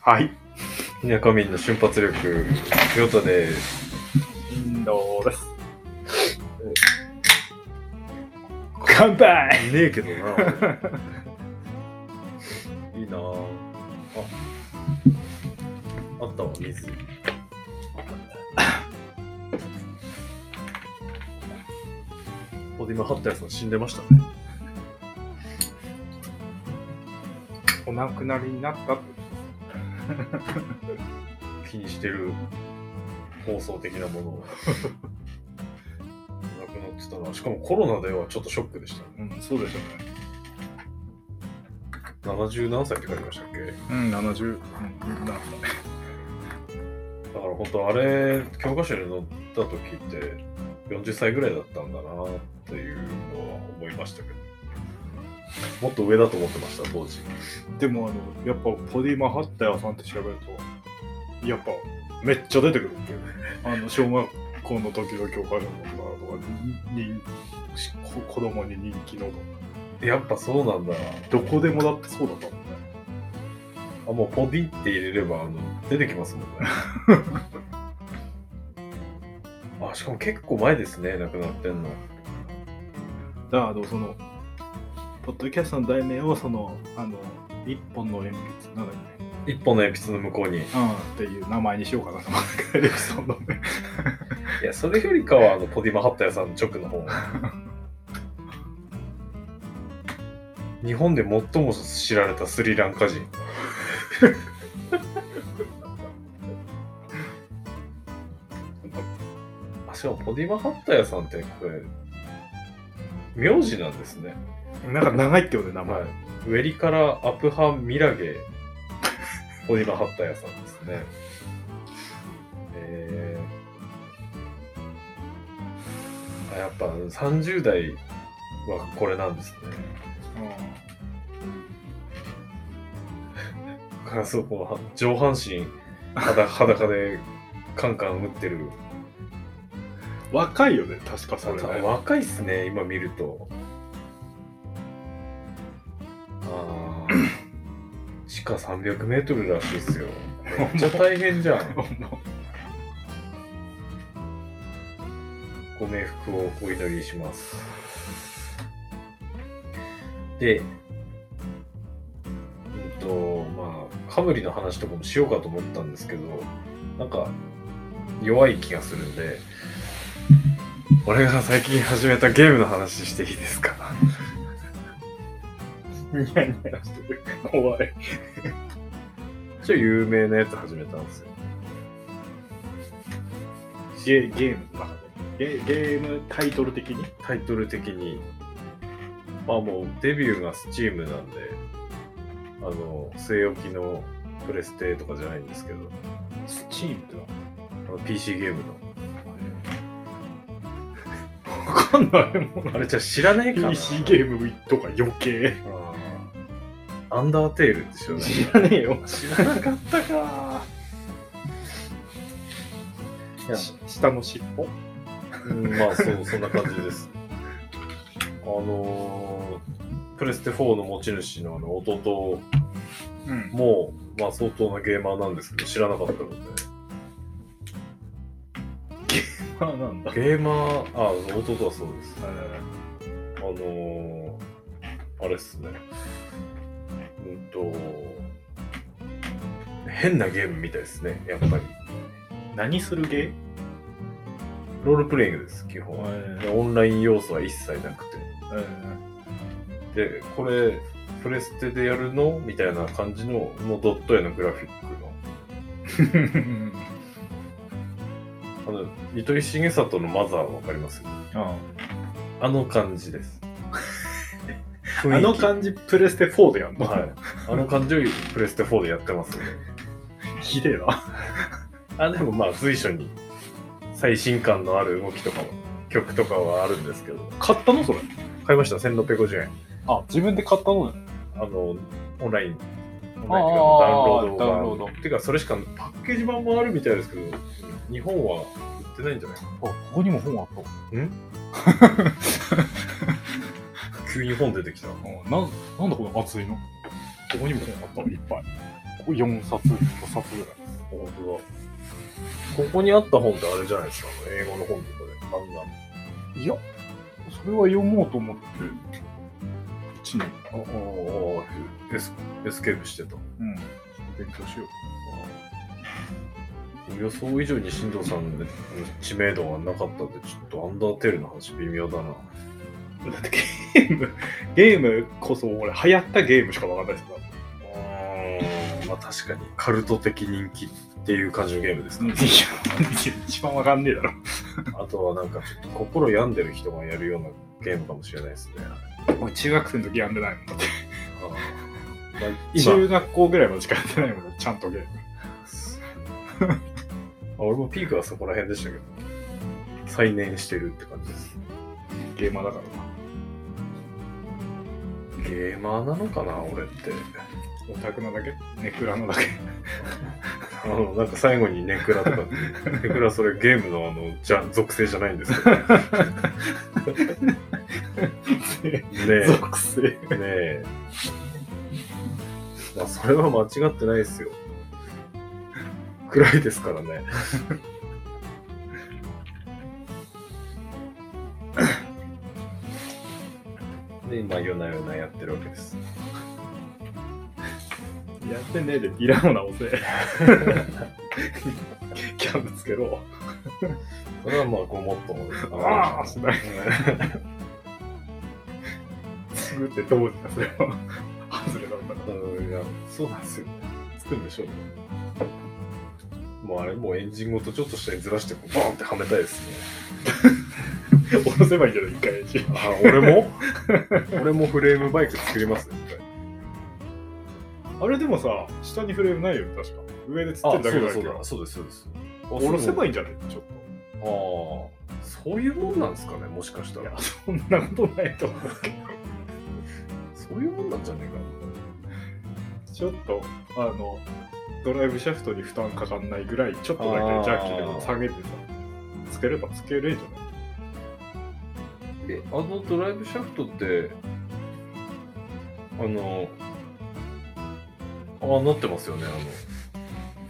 はい。ひなかみんの瞬発力、ヨタです。どうです。乾杯いねえけどな。いいなぁ。あ、あったわ、水。おで今、ハッタヤさん死んでましたね。お亡くなりになったって気にしてる放送的なものを。 亡くなってたな。しかもコロナではちょっとショックでしたね。うん、そうでしょうね。 70何歳って書いてましたっけうん、70。うん、なだから本当あれ教科書に載った時って40歳ぐらいだったんだなっていうのは思いましたけどもっと上だと思ってました当時でも、あの、やっぱ、ポディマハッタヤさんって調べると、やっぱ、めっちゃ出てくるんだよね。あの、小学校の時の教科書のとか、に、しこ子供に人気のとか、やっぱそうなんだどこでもだってそうだったもんね。あもうポディって入れればあの出てきますもんねあしかも結構前ですね亡くなってんのだからあのそのポッドキャストの題名をそのあの一本の鉛筆なんだっけ一本の鉛筆の向こうにいうんっていう名前にしようかなと思ってエレクソンのねやそれよりかはあのポディマハッタヤさんの直の 方日本で最も知られたスリラ ンカ人あしかもポディマハッタヤさんってこれ名字なんですね、なんか長いってことね名前、はい、ウェリからアプハミラゲポディマハッタヤさんですねえー、あやっぱ30代はこれなんですねからそうこうは上半身裸裸でカンカン打ってるうん若いよね確かそれね若いっすね今見るとあー地下 300m らしいっすよめっちゃ大変じゃんご冥福をお祈りしますでうんとまあカムリの話とかもしようかと思ったんですけどなんか弱い気がするんで俺が最近始めたゲームの話していいですかニヤ ニヤしてる怖いちょ有名なやつ始めたんですよゲゲームの中でゲゲームタイトル的にタイトル的にまあもうデビューが Steam なんであの据え置きのプレステとかじゃないんですけどスチームってのあの PC ゲームのわかんない もんあれじゃあ知らねえかな PC ゲームとか余計あーアンダーテールでしょ知らねえよ知らなかったかいやし下の尻尾うんまあそう、そんな感じです。あのープレステ4の持ち主のあの弟うんも、まあ相当なゲーマーなんですけど、知らなかったので。あなんだ。ゲーマー、あ、弟はそうです。あのーあれっすね。うんと、変なゲームみたいですね、やっぱり。何するゲロールプレイングです、基ー本。でオンライン要素は一切なくて。でこれプレステでやるのみたいな感じのもうドット絵のグラフィックのあの糸井重里のマザーわかりますああの感じ です雰囲気の感じ、プレステ4でやんの、はいあの感じをプレステ4でやってますねひでえな。あでもまあ随所に最新感のある動きとかも曲とかはあるんですけど買ったのそれ。買いました1650円あ、自分で買ったのあのオンラインオンラインっていうかダウンロードああ、版ダウンロード。てか、それしかパッケージ版もあるみたいですけど、日本は売ってないんじゃないかあ、ここにも本あった。な急に本出てきた。うんなんなんだこの熱いのここにも本あったいっぱい。ここ4冊、5冊ぐらい。本当だ。ここにあった本ってあれじゃないですか、あの英語の本とかで、漫画。いや、それは読もうと思って、1年、ああ、エスエスケープしてた。うん、勉強しよ予想以上に進藤さんの知名度がなかったんで、ちょっとアンダーテールの話微妙だな。だってゲーム、ゲームこそ俺流行ったゲームしかわかんないですからうーんまあ確かにカルト的人気っていう感じのゲームですう。ね、一番わかんねえだろ。あとはなんかちょっと心病んでる人がやるようなゲームかもしれないですね。俺中学生の時やんでないもん。だってあーまあ今中学校ぐらいまでしかやってないもん、ちゃんとゲーム。あ俺もピークはそこら辺でしたけど、再燃してるって感じです。ゲーマーだからゲーマーなのかな、俺って。な。オタクなだけネクラのだけ。あの、なんか最後にネクラとか、 ネクラそれゲームのあの、じゃ、属性じゃないんです けど。ねえ。属性。ねえ。まあ、それは間違ってないですよ。暗いですからね。 で、今、夜な夜なやってるわけです。やってねえで、いらんなおせ。キャンプつけろ。それはまあ、ごもっともですかああら。しない。すぐってどうにかすれば。外れなんだかうんいやそうなんですよ。つくんでしょうね。もうあれ、もうエンジンごとちょっと下にずらして、ボーンってはめたいですね。ら。下ろせばいいんじゃない一回一応あ俺も 俺もフレームバイク作りますよ一回あれでもさ、下にフレームないよ、確か。上で釣ってるだけだけど。そうですそうです下ろせばいいいんじゃないちょっと。あそうあーそういうもんなんですかねもしかしたいらや、そんなことないと思うけど。そういうもんなんじゃねちょっと、あの、ドライブシャフトに負担かかんないぐらい、ちょっとだけあージャッキでも下げてさ、つければつけれんじゃないえかえあのドライブシャフトってあのああなってますよね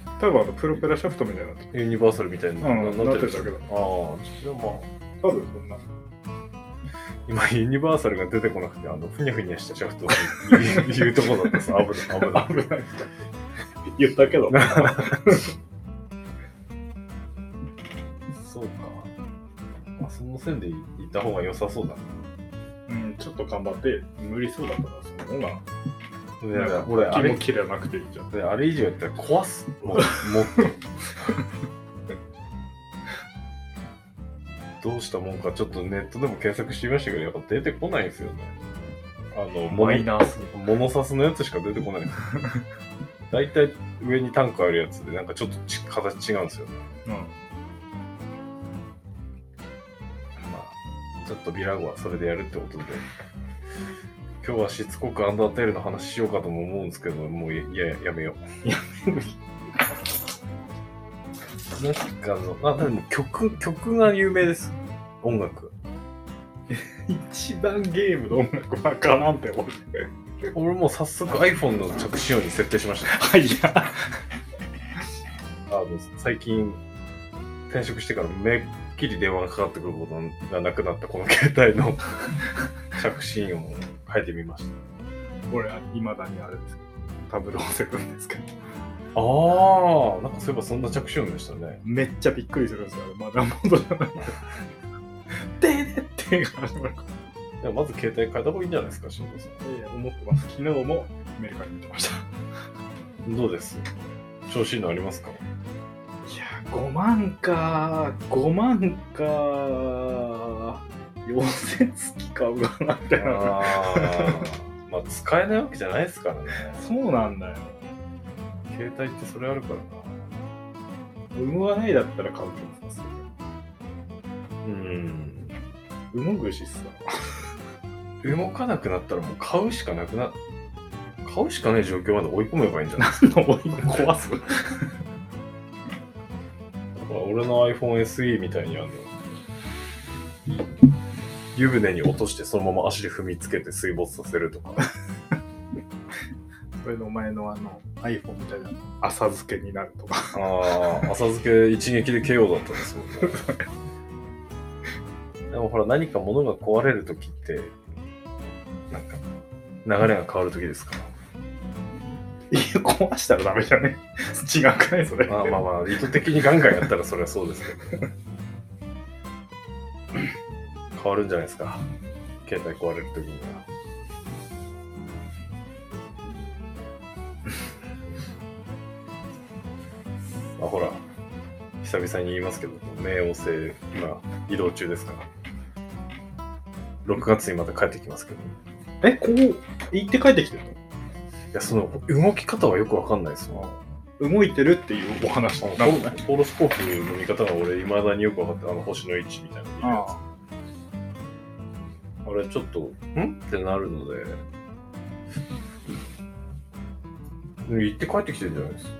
あ多分あの、プロペラシャフトみたいになってる。のユニバーサルみたいうにんななってるなってるだけだああじゃあまあ多分そんな。今ユニバーサルが出てこなくてあのふにゃふにゃしたシャフトっていういうとこだったんです危ない危ない危ない。言ったけど。そうか。まあ、その線で行った方が良さそうだ うん、ちょっと頑張って、無理そうだから、その方な。が、なんか、俺、あ気れも、切れなくていいじゃん。あれ以上やったら壊す。もう、もっと。 どうしたもんか、ちょっとネットでも検索してみましたけど、やっぱ出てこないんですよね。あの、モノナース。モノサスのやつしか出てこない。大体上にタンクあるやつで、なんかちょっとち形違うんですよね。うん。まあ、ちょっとビラゴはそれでやるってことで、今日はしつこくアンダーテールの話しようかとも思うんですけど、もういややめよう。なんかあの、あ、でも曲、曲が有名です。音楽。一番ゲームの音楽バカなんて 思って。俺もう早速 iPhone の着信音に設定しました。はいや。あの、最近、転職してからめっきり電話がかかってくることがなくなったこの携帯の 着信音を変えてみました。俺は未だにあれですけど、タブローセブンですけど、ああ、なんかそういえばそんな着信音でしたね。めっちゃびっくりするんですよ。まだ戻らない。ででってが始まるかでもまず携帯変えた方がいいんじゃないですか、慎吾さら。いやいや思ってます。昨日もメーカーに見てました。ん。どうです調子いいのありますかいや、5万か、5万か、4000月買うかなってな。あー まあ、使えないわけじゃないですからね。そうなんだよ。携帯ってそれあるからな。産むはないだったら買うけどさ、うん。産むぐしっす動かなくなったらもう買うしかなくな、買うしかない状況まで追い込めばいいんじゃない です壊すか俺の iPhoneSE みたいにあの湯船に落としてそのまま足で踏みつけて水没させるとかそれの前のあの iPhone みたいな浅漬けになるとかああ浅漬け一撃で KO だったんですもんねでもほら何か物が壊れる時ってなんか流れが変わる時ですからいや壊したらダメじゃね 違うかねそれまあまあまあ、意図的にガンガンやったらそれはそうですけど。変わるんじゃないですか。携帯壊れるときには。あ、ほら、久々に言いますけど、冥王星、今、移動中ですから。6月にまた帰ってきますけど。えこう行って帰ってきてるいや、その、動き方はよくわかんないですわ。の動いてるっていうお話あなのんポロかポロスコープの見方が俺、いまだによく分かって、あの星の位置みたいなの見るやつああれちょっと、んってなるので、行って帰ってきてるんじゃないですか。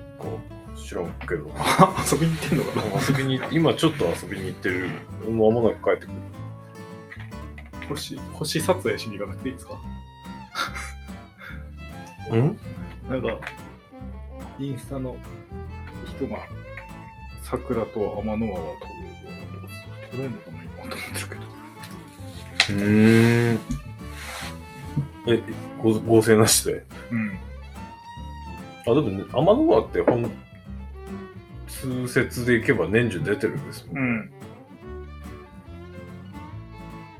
知らんけど。あ遊びに行ってんのかな遊びに、今ちょっと遊びに行ってる。もう間もなく帰ってくる。星星撮影しに行かなくていいですかうんなんかインスタの人が桜と天の川を撮る撮れるのかな今と思ってるけどうん。え、ご合成なしで。うんあ、でも、ね、天の川ってほん、通説で行けば年中出てるんですもん。うん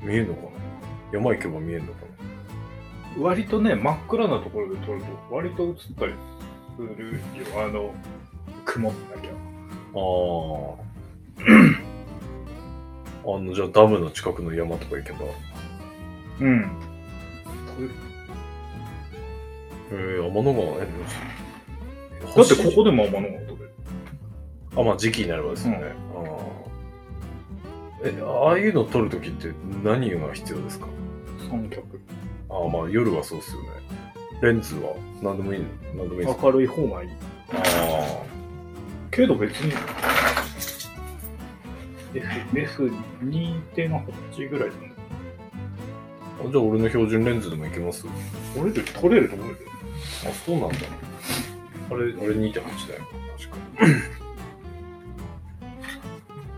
見えるのかな山行けば見えるのかな割とね真っ暗なところで撮ると割と映ったりするよあの曇ってなきゃああ。あの、じゃあダムの近くの山とか行けば。へうんえ天の川ね。だってここでも天の川撮れるこ。あ、まあ時期になればですよね。ああえ、ああいうの撮るときって何が必要ですか三脚ああ、まあ夜はそうっすよね。レンズは何でもいいの何でもいいですか明るい方がいいあけど別に F- F2.8 ぐらいじゃないあ。じゃあ俺の標準レンズでもいけます俺で撮れると思うよあ、そうなんだ。あれ、あれ2.8だよ。確かに。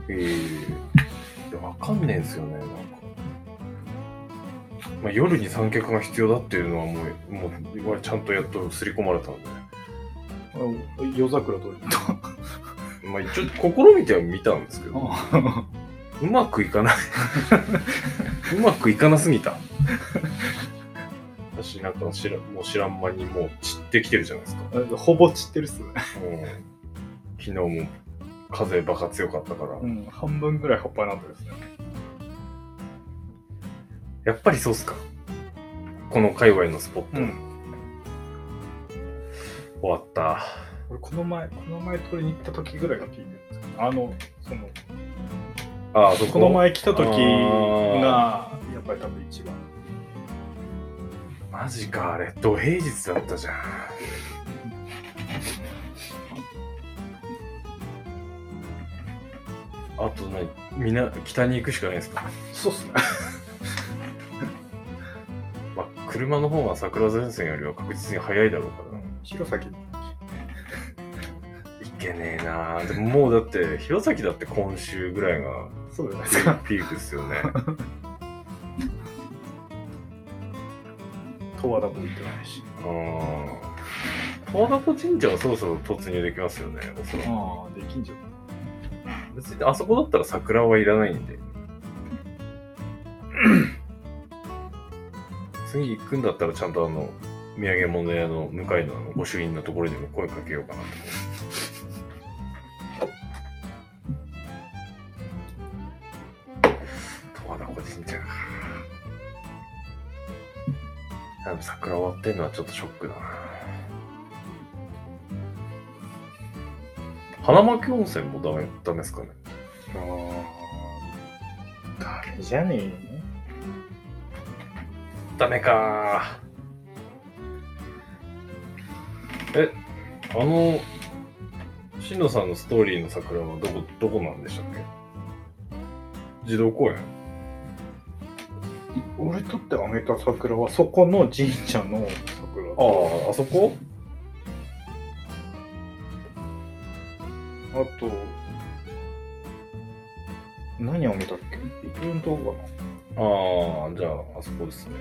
ええいや、わかんねえんすよね、なんか。まあ、夜に三脚が必要だっていうのはもう、もう、俺ちゃんとやっと刷り込まれたので。あ夜桜撮れるまあ、一応、試みては見たんですけど、あうまくいかない。うまくいかなすぎた。私なんか知ら、もう知らん間にもう散ってきてるじゃないですか。ほぼ散ってるっすね、うん昨日も風バカ強かったから、うん、半分ぐらい葉っぱになってるっすねやっぱりそうっすかこの界隈のスポット、うん終わった俺この前この前撮りに行った時ぐらいがピークですかねあのそのああそここの前来た時があやっぱり多分一番マジかあれ土平日だったじゃんあとねみんな北に行くしかないですか、そうっすねまあ、車の方が桜前線よりは確実に早いだろうから弘前いけねえなでももうだって弘前だって今週ぐらいがそうじゃないですかピークですよね。十和田も行ってないしうん。十和田湖神社はそろそろ突入できますよね。おそらくああできんじゃん別にあそこだったら桜はいらないんで。次行くんだったらちゃんとあの、土産物屋の向かいのあの御朱印のところにも声かけようかなと。十和田湖神社か。あの桜終わってんのはちょっとショックだな。花巻温泉もダメダメですかね。ああ、ダメじゃねえよね。ダメかあの、しのさんのストーリーの桜はどこ、どこなんでしたっけ児童公園俺とってあげた桜はそこの神社の桜ああ、あそこあと、何あげたっけイベントかああ、じゃあ、あそこですね。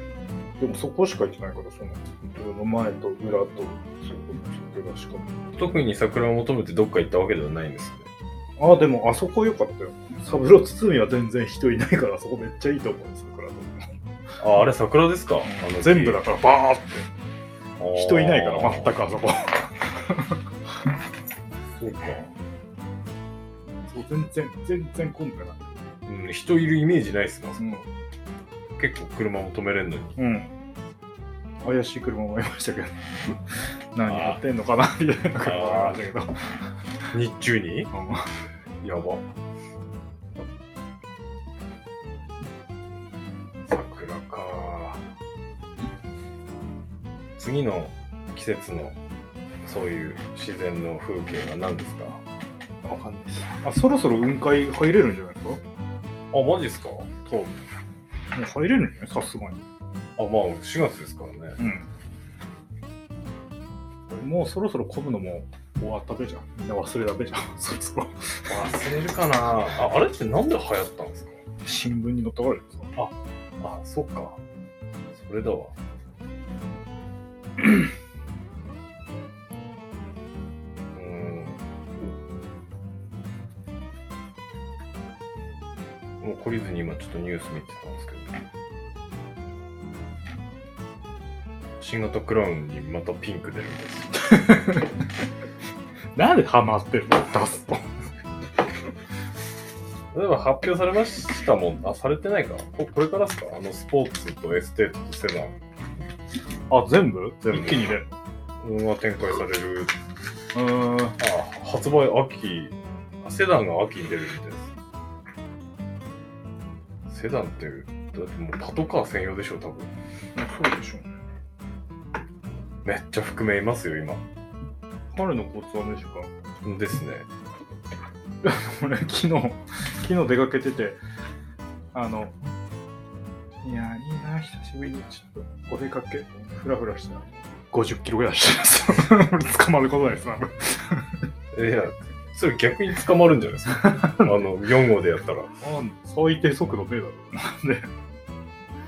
なでもそこしか行ってないから、その、自分の前と裏と、そこの桜しか。特に桜を求めてどっか行ったわけではないんですね。ああ、でもあそこ良かったよ。サブロ堤は全然人いないから、そこめっちゃいいと思う、桜と。あ、あれ桜ですかあの全部だからバーって。木人いないから、あー全くあそこ。そうか。そう全然、全然混んでない。うん、人いるイメージないっすかうん。結構車も止めれんのに。うん。怪しい車もいましたけ ど、何やってんのかなみたいな車もありましたけど。日中にやば。桜か。次の季節のそういう自然の風景は何ですかわかんないです。あ、そろそろ雲海入れるんじゃないですかあ、マジっすか多分。もう入れるんじゃないさすがに。あ、まあ4月ですからね。うん。もうそろそろ混むのも終わったべじゃん。みんな忘れたべじゃん。 そろそろ。忘れるかなああれってなんで流行ったんですか新聞に載ったからですかあ、そっか。それだわ。うん。もう懲りずに今ちょっとニュース見てたんですけど。新型クラウンにまたピンク出るみたいです。なんでハマってるの出すと。例えば発表されましたもん。あ、されてないか。ここれからですかあのスポーツとエステートとセナあ、全部全部一気に入れる。ンが展開されるうーん。あ発売秋あセダンが秋に出るみたいですセダンってだってもうパトカー専用でしょ多分そうでしょうね。めっちゃ覆面いますよ今春の交通安全士か。ですね俺昨日昨日出かけててあのいやいいな久しぶりにちょっとお出かけふらふらした50キロぐらい走ってます 俺捕まることないですないやそれ逆に捕まるんじゃないです かあの4号でやったら最低速度ねえだ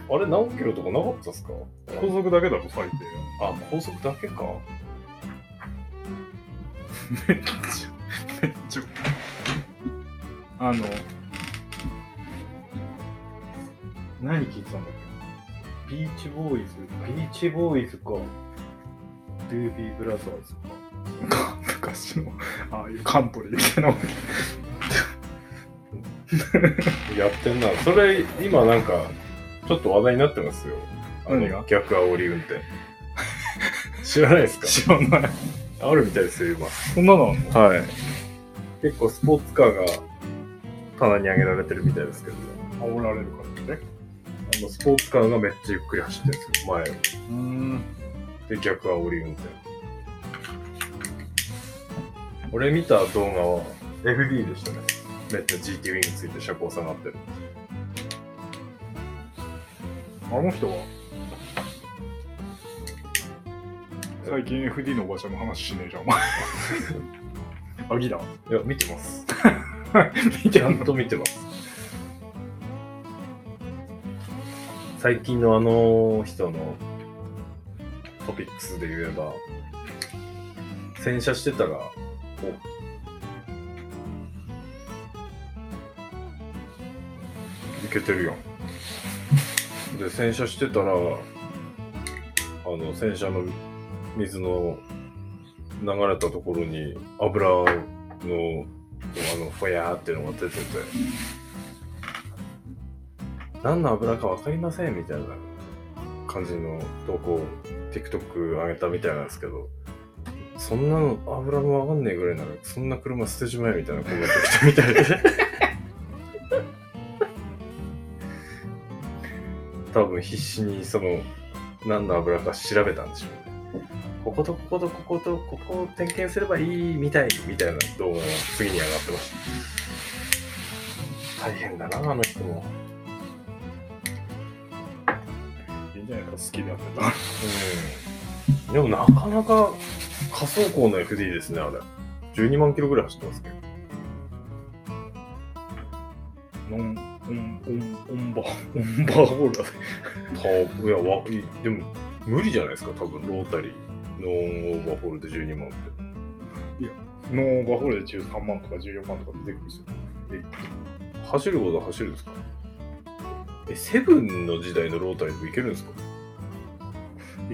ろあれ何キロとかなかったですか高速だけだろ最あ高速だけか低めっちゃめっちゃあの何聞いてたんだっけビーチボーイズビーチボーイズかドゥービーブラザーズか昔のああいうカントリーみたいなやってんなそれ今なんかちょっと話題になってますよあ何がの逆煽り運転知らないです か知らないあるみたいですよ今そんなのあんのはい。結構スポーツカーが棚に上げられてるみたいですけどね。煽られるからねあのスポーツカーがめっちゃゆっくり走ってるんですよ、前を。うんで、逆はり運転。俺見た動画は FD でしたね。めっちゃ GT ウィングついて車高下がってる。あの人は最近 FD のおばちゃんの話しねえじゃんお前 アギだいや、見てます。見ちゃんと見てます。最近のあの人のトピックスで言えば、洗車してたら、おいけてるやん。で、洗車してたら、あの、洗車の水の流れたところに油の、あの、ふやーっていうのが出てて、何の油かわかりませんみたいな感じの投稿を TikTok 上げたみたいなんですけど、そんなの油もわかんねえぐらいなら、そんな車捨てちまえみたいなコメント来たみたいで。多分必死にその何の油か調べたんでしょうね。こことこことこことここを点検すればいいみたいみたいな動画が次に上がってました大変だなあの人もいいんじゃないか好きでやってたらうんでもなかなか仮想高の FD ですねあれ12万キロぐらい走ってますけどノンオンオンオンバーオンバーホールだねたいやわいでも無理じゃないですか多分ロータリーノンオーバーホールで12万ってノンオーバーホールで13万とか14万とか出てくるんですよ走ることは走るんですかえセブンの時代のロータリーもいけるんですか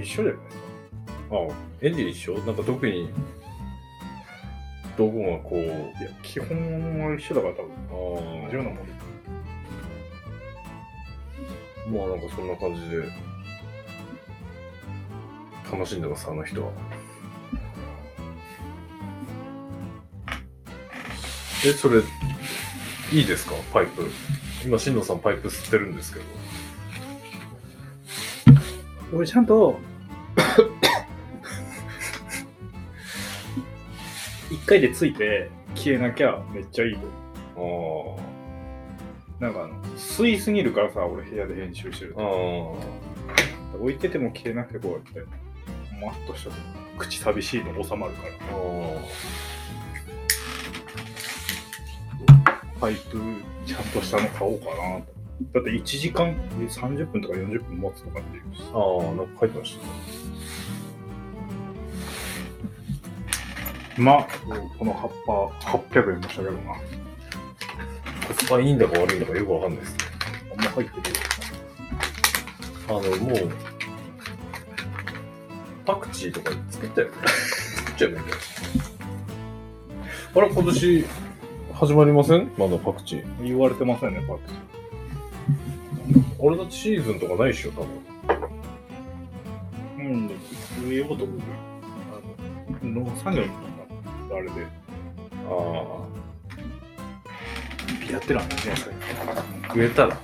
一緒じゃないですかああエンジン一緒なんか特にどこがこういや基本は一緒だから多分あ同あじようなもんまあなんかそんな感じで楽しんでますあの人はえそれいいですかパイプ今進藤さんパイプ吸ってるんですけど俺ちゃんと一回でついて消えなきゃめっちゃいいと思あうなんかあの吸いすぎるからさ俺部屋で編集してるああと置いてても消えなくてこうやってもわっとした口寂しいの収まるからああパイプちゃんとしたの買おうかなとだって1時間え30分とか40分待つとかっていうしああなんか書いてましたねまあこの葉っぱ800円もしたけどなコスパいいんだか悪いんだかよくわかんないですねあんま入ってるよあのもうパクチーとか作ったよね作っちゃえばいいんだよあれ今年始まりませんまだパクチー言われてませんねパイプ俺だってシーズンとかないっしょ多分うん、でも植えようと思うよあの農作業とかあれであやってらんないねやあ植えたらっ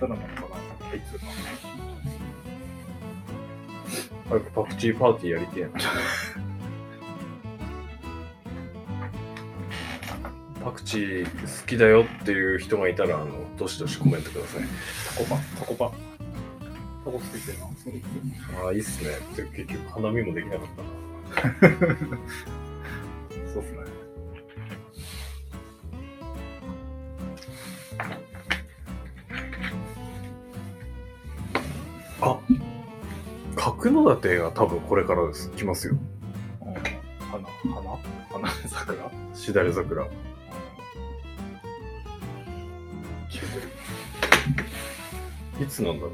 たらなんかなあいつ早くパクチーパーティーやりてえなパクチー好きだよっていう人がいたらあのどしどしコメントくださいタコパタコパタコついてるなああ、いいっすね。で結局、花見もできなかったな。そうっすね角館が多分これからです。来ますよ。うん花花花桜しだれ桜。消えてるいつなんだろ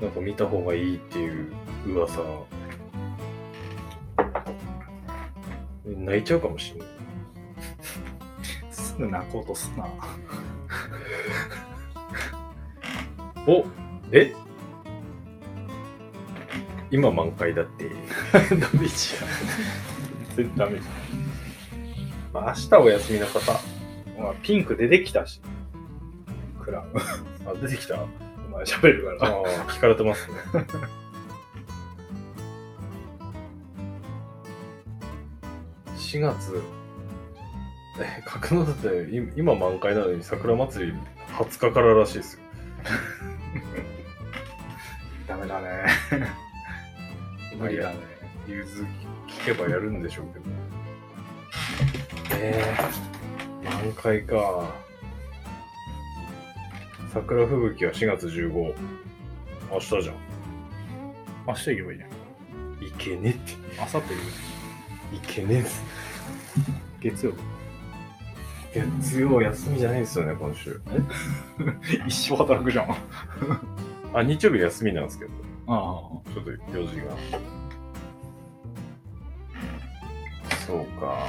う。なんか見た方がいいっていう噂。泣いちゃうかもしれない。すぐ泣こうとすなおえ今満開だって。ダメじ全然ダメじゃん。まあ、明日お休みの方。ゃん、まあ、ピンク出てきたしクラ ブあ、出てきたお前喋るからああ、聞かれてますね。4月、え、角館い今満開なのに桜祭り20日かららしいですよ。ダメだね無無理理だだね融通聞けばやるんでしょうけど。えー、満開か。桜吹雪は4月15。明日じゃん。明日行けばいいねいけねって。明後日行けばいいいけねえっす。月曜日月曜休みじゃないんですよね、今週。一生働くじゃん。ああ、日曜日休みなんですけど、あ。ちょっと用事が。そうか。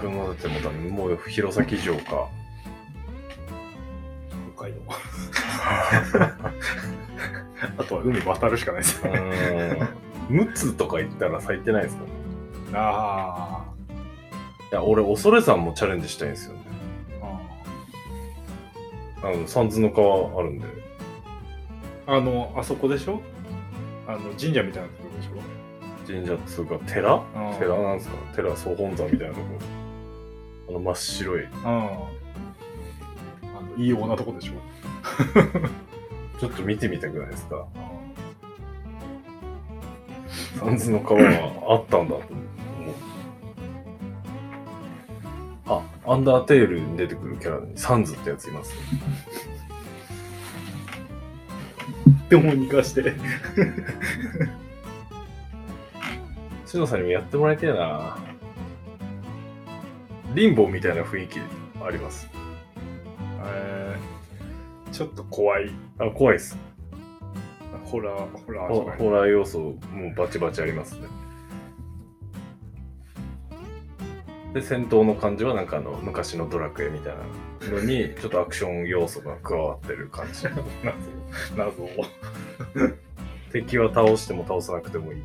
角館もだね、もう弘前城か。北海道。 あとは海渡るしかないですうね。ーん。陸奥とか行ったら咲いてないですかね。あいや、俺、恐山もチャレンジしたいんですよね。あ。あの、三途の川あるんで。あの、あそこでしょあの、神社みたいなとこでしょ神社っつうか、寺うん寺なんですか寺総本山みたいなとこ。あの、真っ白い。うん。あの、いいようなとこでしょちょっと見てみたくないですか三途の川はあったんだと思う。あ、アンダーテールに出てくるキャラにサンズってやついます、でもにかして。しのさんにもやってもらいたいなリンボーみたいな雰囲気あります。えー、ちょっと怖い。あ、怖いです。ホラー、ホラーじホゃないホラー要素もうバチバチありますね。で、戦闘の感じはなんかあの昔のドラクエみたいなの に、ちょっとアクション要素が加わってる感 じ。謎を。敵は倒しても倒さなくてもいい。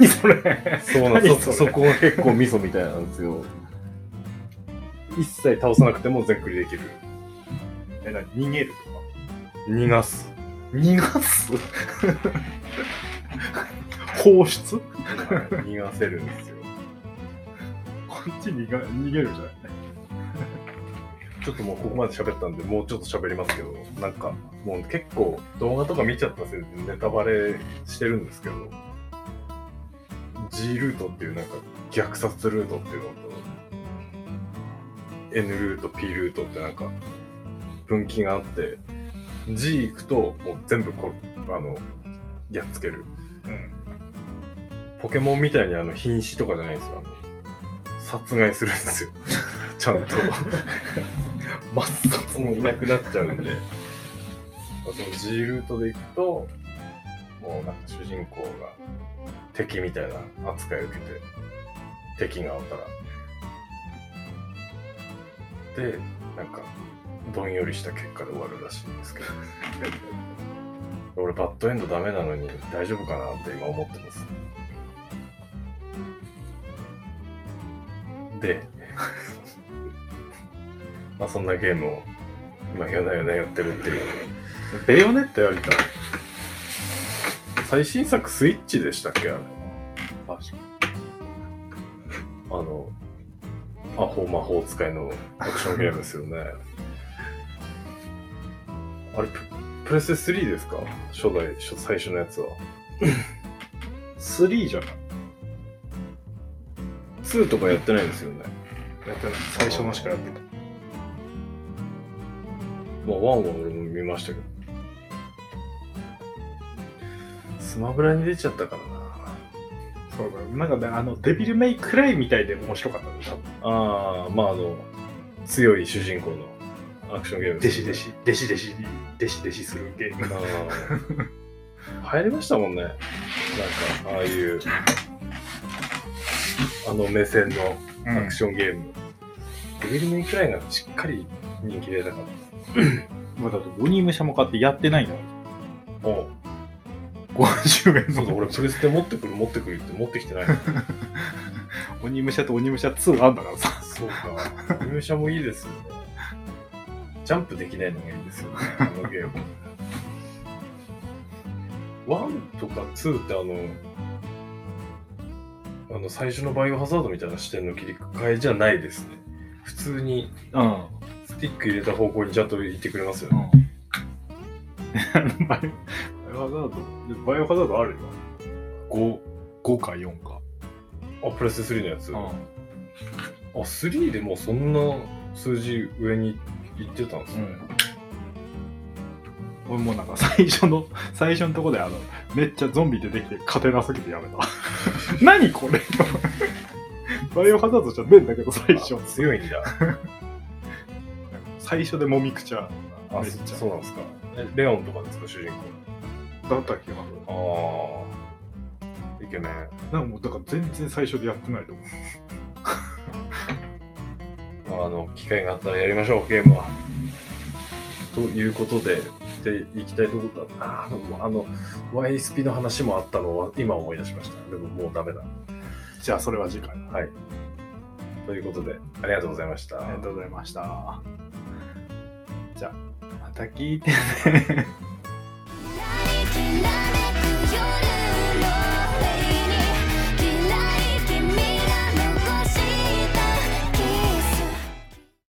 何それ そうなん何そそれそこが結構ミソみたいなんですよ。一切倒さなくても全クリできる。え、な、逃げるとか逃がす。逃がす 放出逃がせるんですよ。こっち逃が逃げるじゃないちょっともうここまで喋ったんで、もうちょっと喋りますけど、なんか、もう結構動画とか見ちゃったせいでネタバレしてるんですけど、G ルートっていうなんか虐殺ルートっていうのと、N ルート、P ルートってなんか分岐があって、G 行くともう全部こ、あの、やっつける。うん。ポケモンみたいにあの瀕死とかじゃないんですよ。あの殺害するんですよ。ちゃんと。真っそもういなくなっちゃうんで、その G ルートで行くと、もうなんか主人公が敵みたいな扱いを受けて、敵があったら。で、なんか、どんよりした結果で終わるらしいんですけど。俺、バッドエンドダメなのに大丈夫かなって今思ってます。で、まあそんなゲームを今夜な夜なやってるっていう。ベヨネットやりたい。最新作スイッチでしたっけあれ。あ、そうあの、アホ魔法使いのアクションゲームですよね。 あれプ、プレステ3ですか初代、初最初のやつは。 3じゃない2とかやってないですよね。やってない。最初のしかやってない。まあ、1は俺も見ましたけど。スマブラに出ちゃったからな。そうだよ。なんかね、あの、デビルメイクライみたいで面白かったんでしょ。ああ、まああの、強い主人公のアクションゲーム弟です子よ弟ね子、弟子弟子、弟子弟子するゲーム。流行りましたもんねなんかああいうあの目線のアクションゲーム、デビルメイクライがしっかり人気出たからまあだって、鬼武者も買ってやってないんだから。おう50円そうだの俺プレステ持ってくる持ってくるって持ってきてない鬼武者と鬼武者2あんだからさ。そうか入社もいいですよねジャンプできないのがいいですよねあのゲーム1とか2ってあのあの最初のバイオハザードみたいな視点の切り替えじゃないですね普通にうん。スティック入れた方向にちゃんと行ってくれますようね。んバイオハザード、バイオハザードあるよ。 5, 5か4か。あ、プレステ3のやつ。うんあ、3でもうそんな数字上に行ってたんですね。俺もうなんか最初の、最初のとこであの、めっちゃゾンビ出てきて勝てなすぎてやめた。何これバイオハザードじゃねえんだけど、最初あ。強いんだ。最初でもみくちゃあ、めっちゃそそうなんですか。えレオンとかですか、主人だったっけな公。ああ。イケメン。なんかもう、だから全然最初でやってないと思う。まああの、機会があったらやりましょう、ゲームは。ということで、で、行きたいところだな。あでもあの、ワイスピの話もあったのは今思い出しました。でももうダメだ。じゃあそれは次回。はい。ということで、ありがとうございました。ありがとうございました。じゃあ。また聞いて「ラリラリ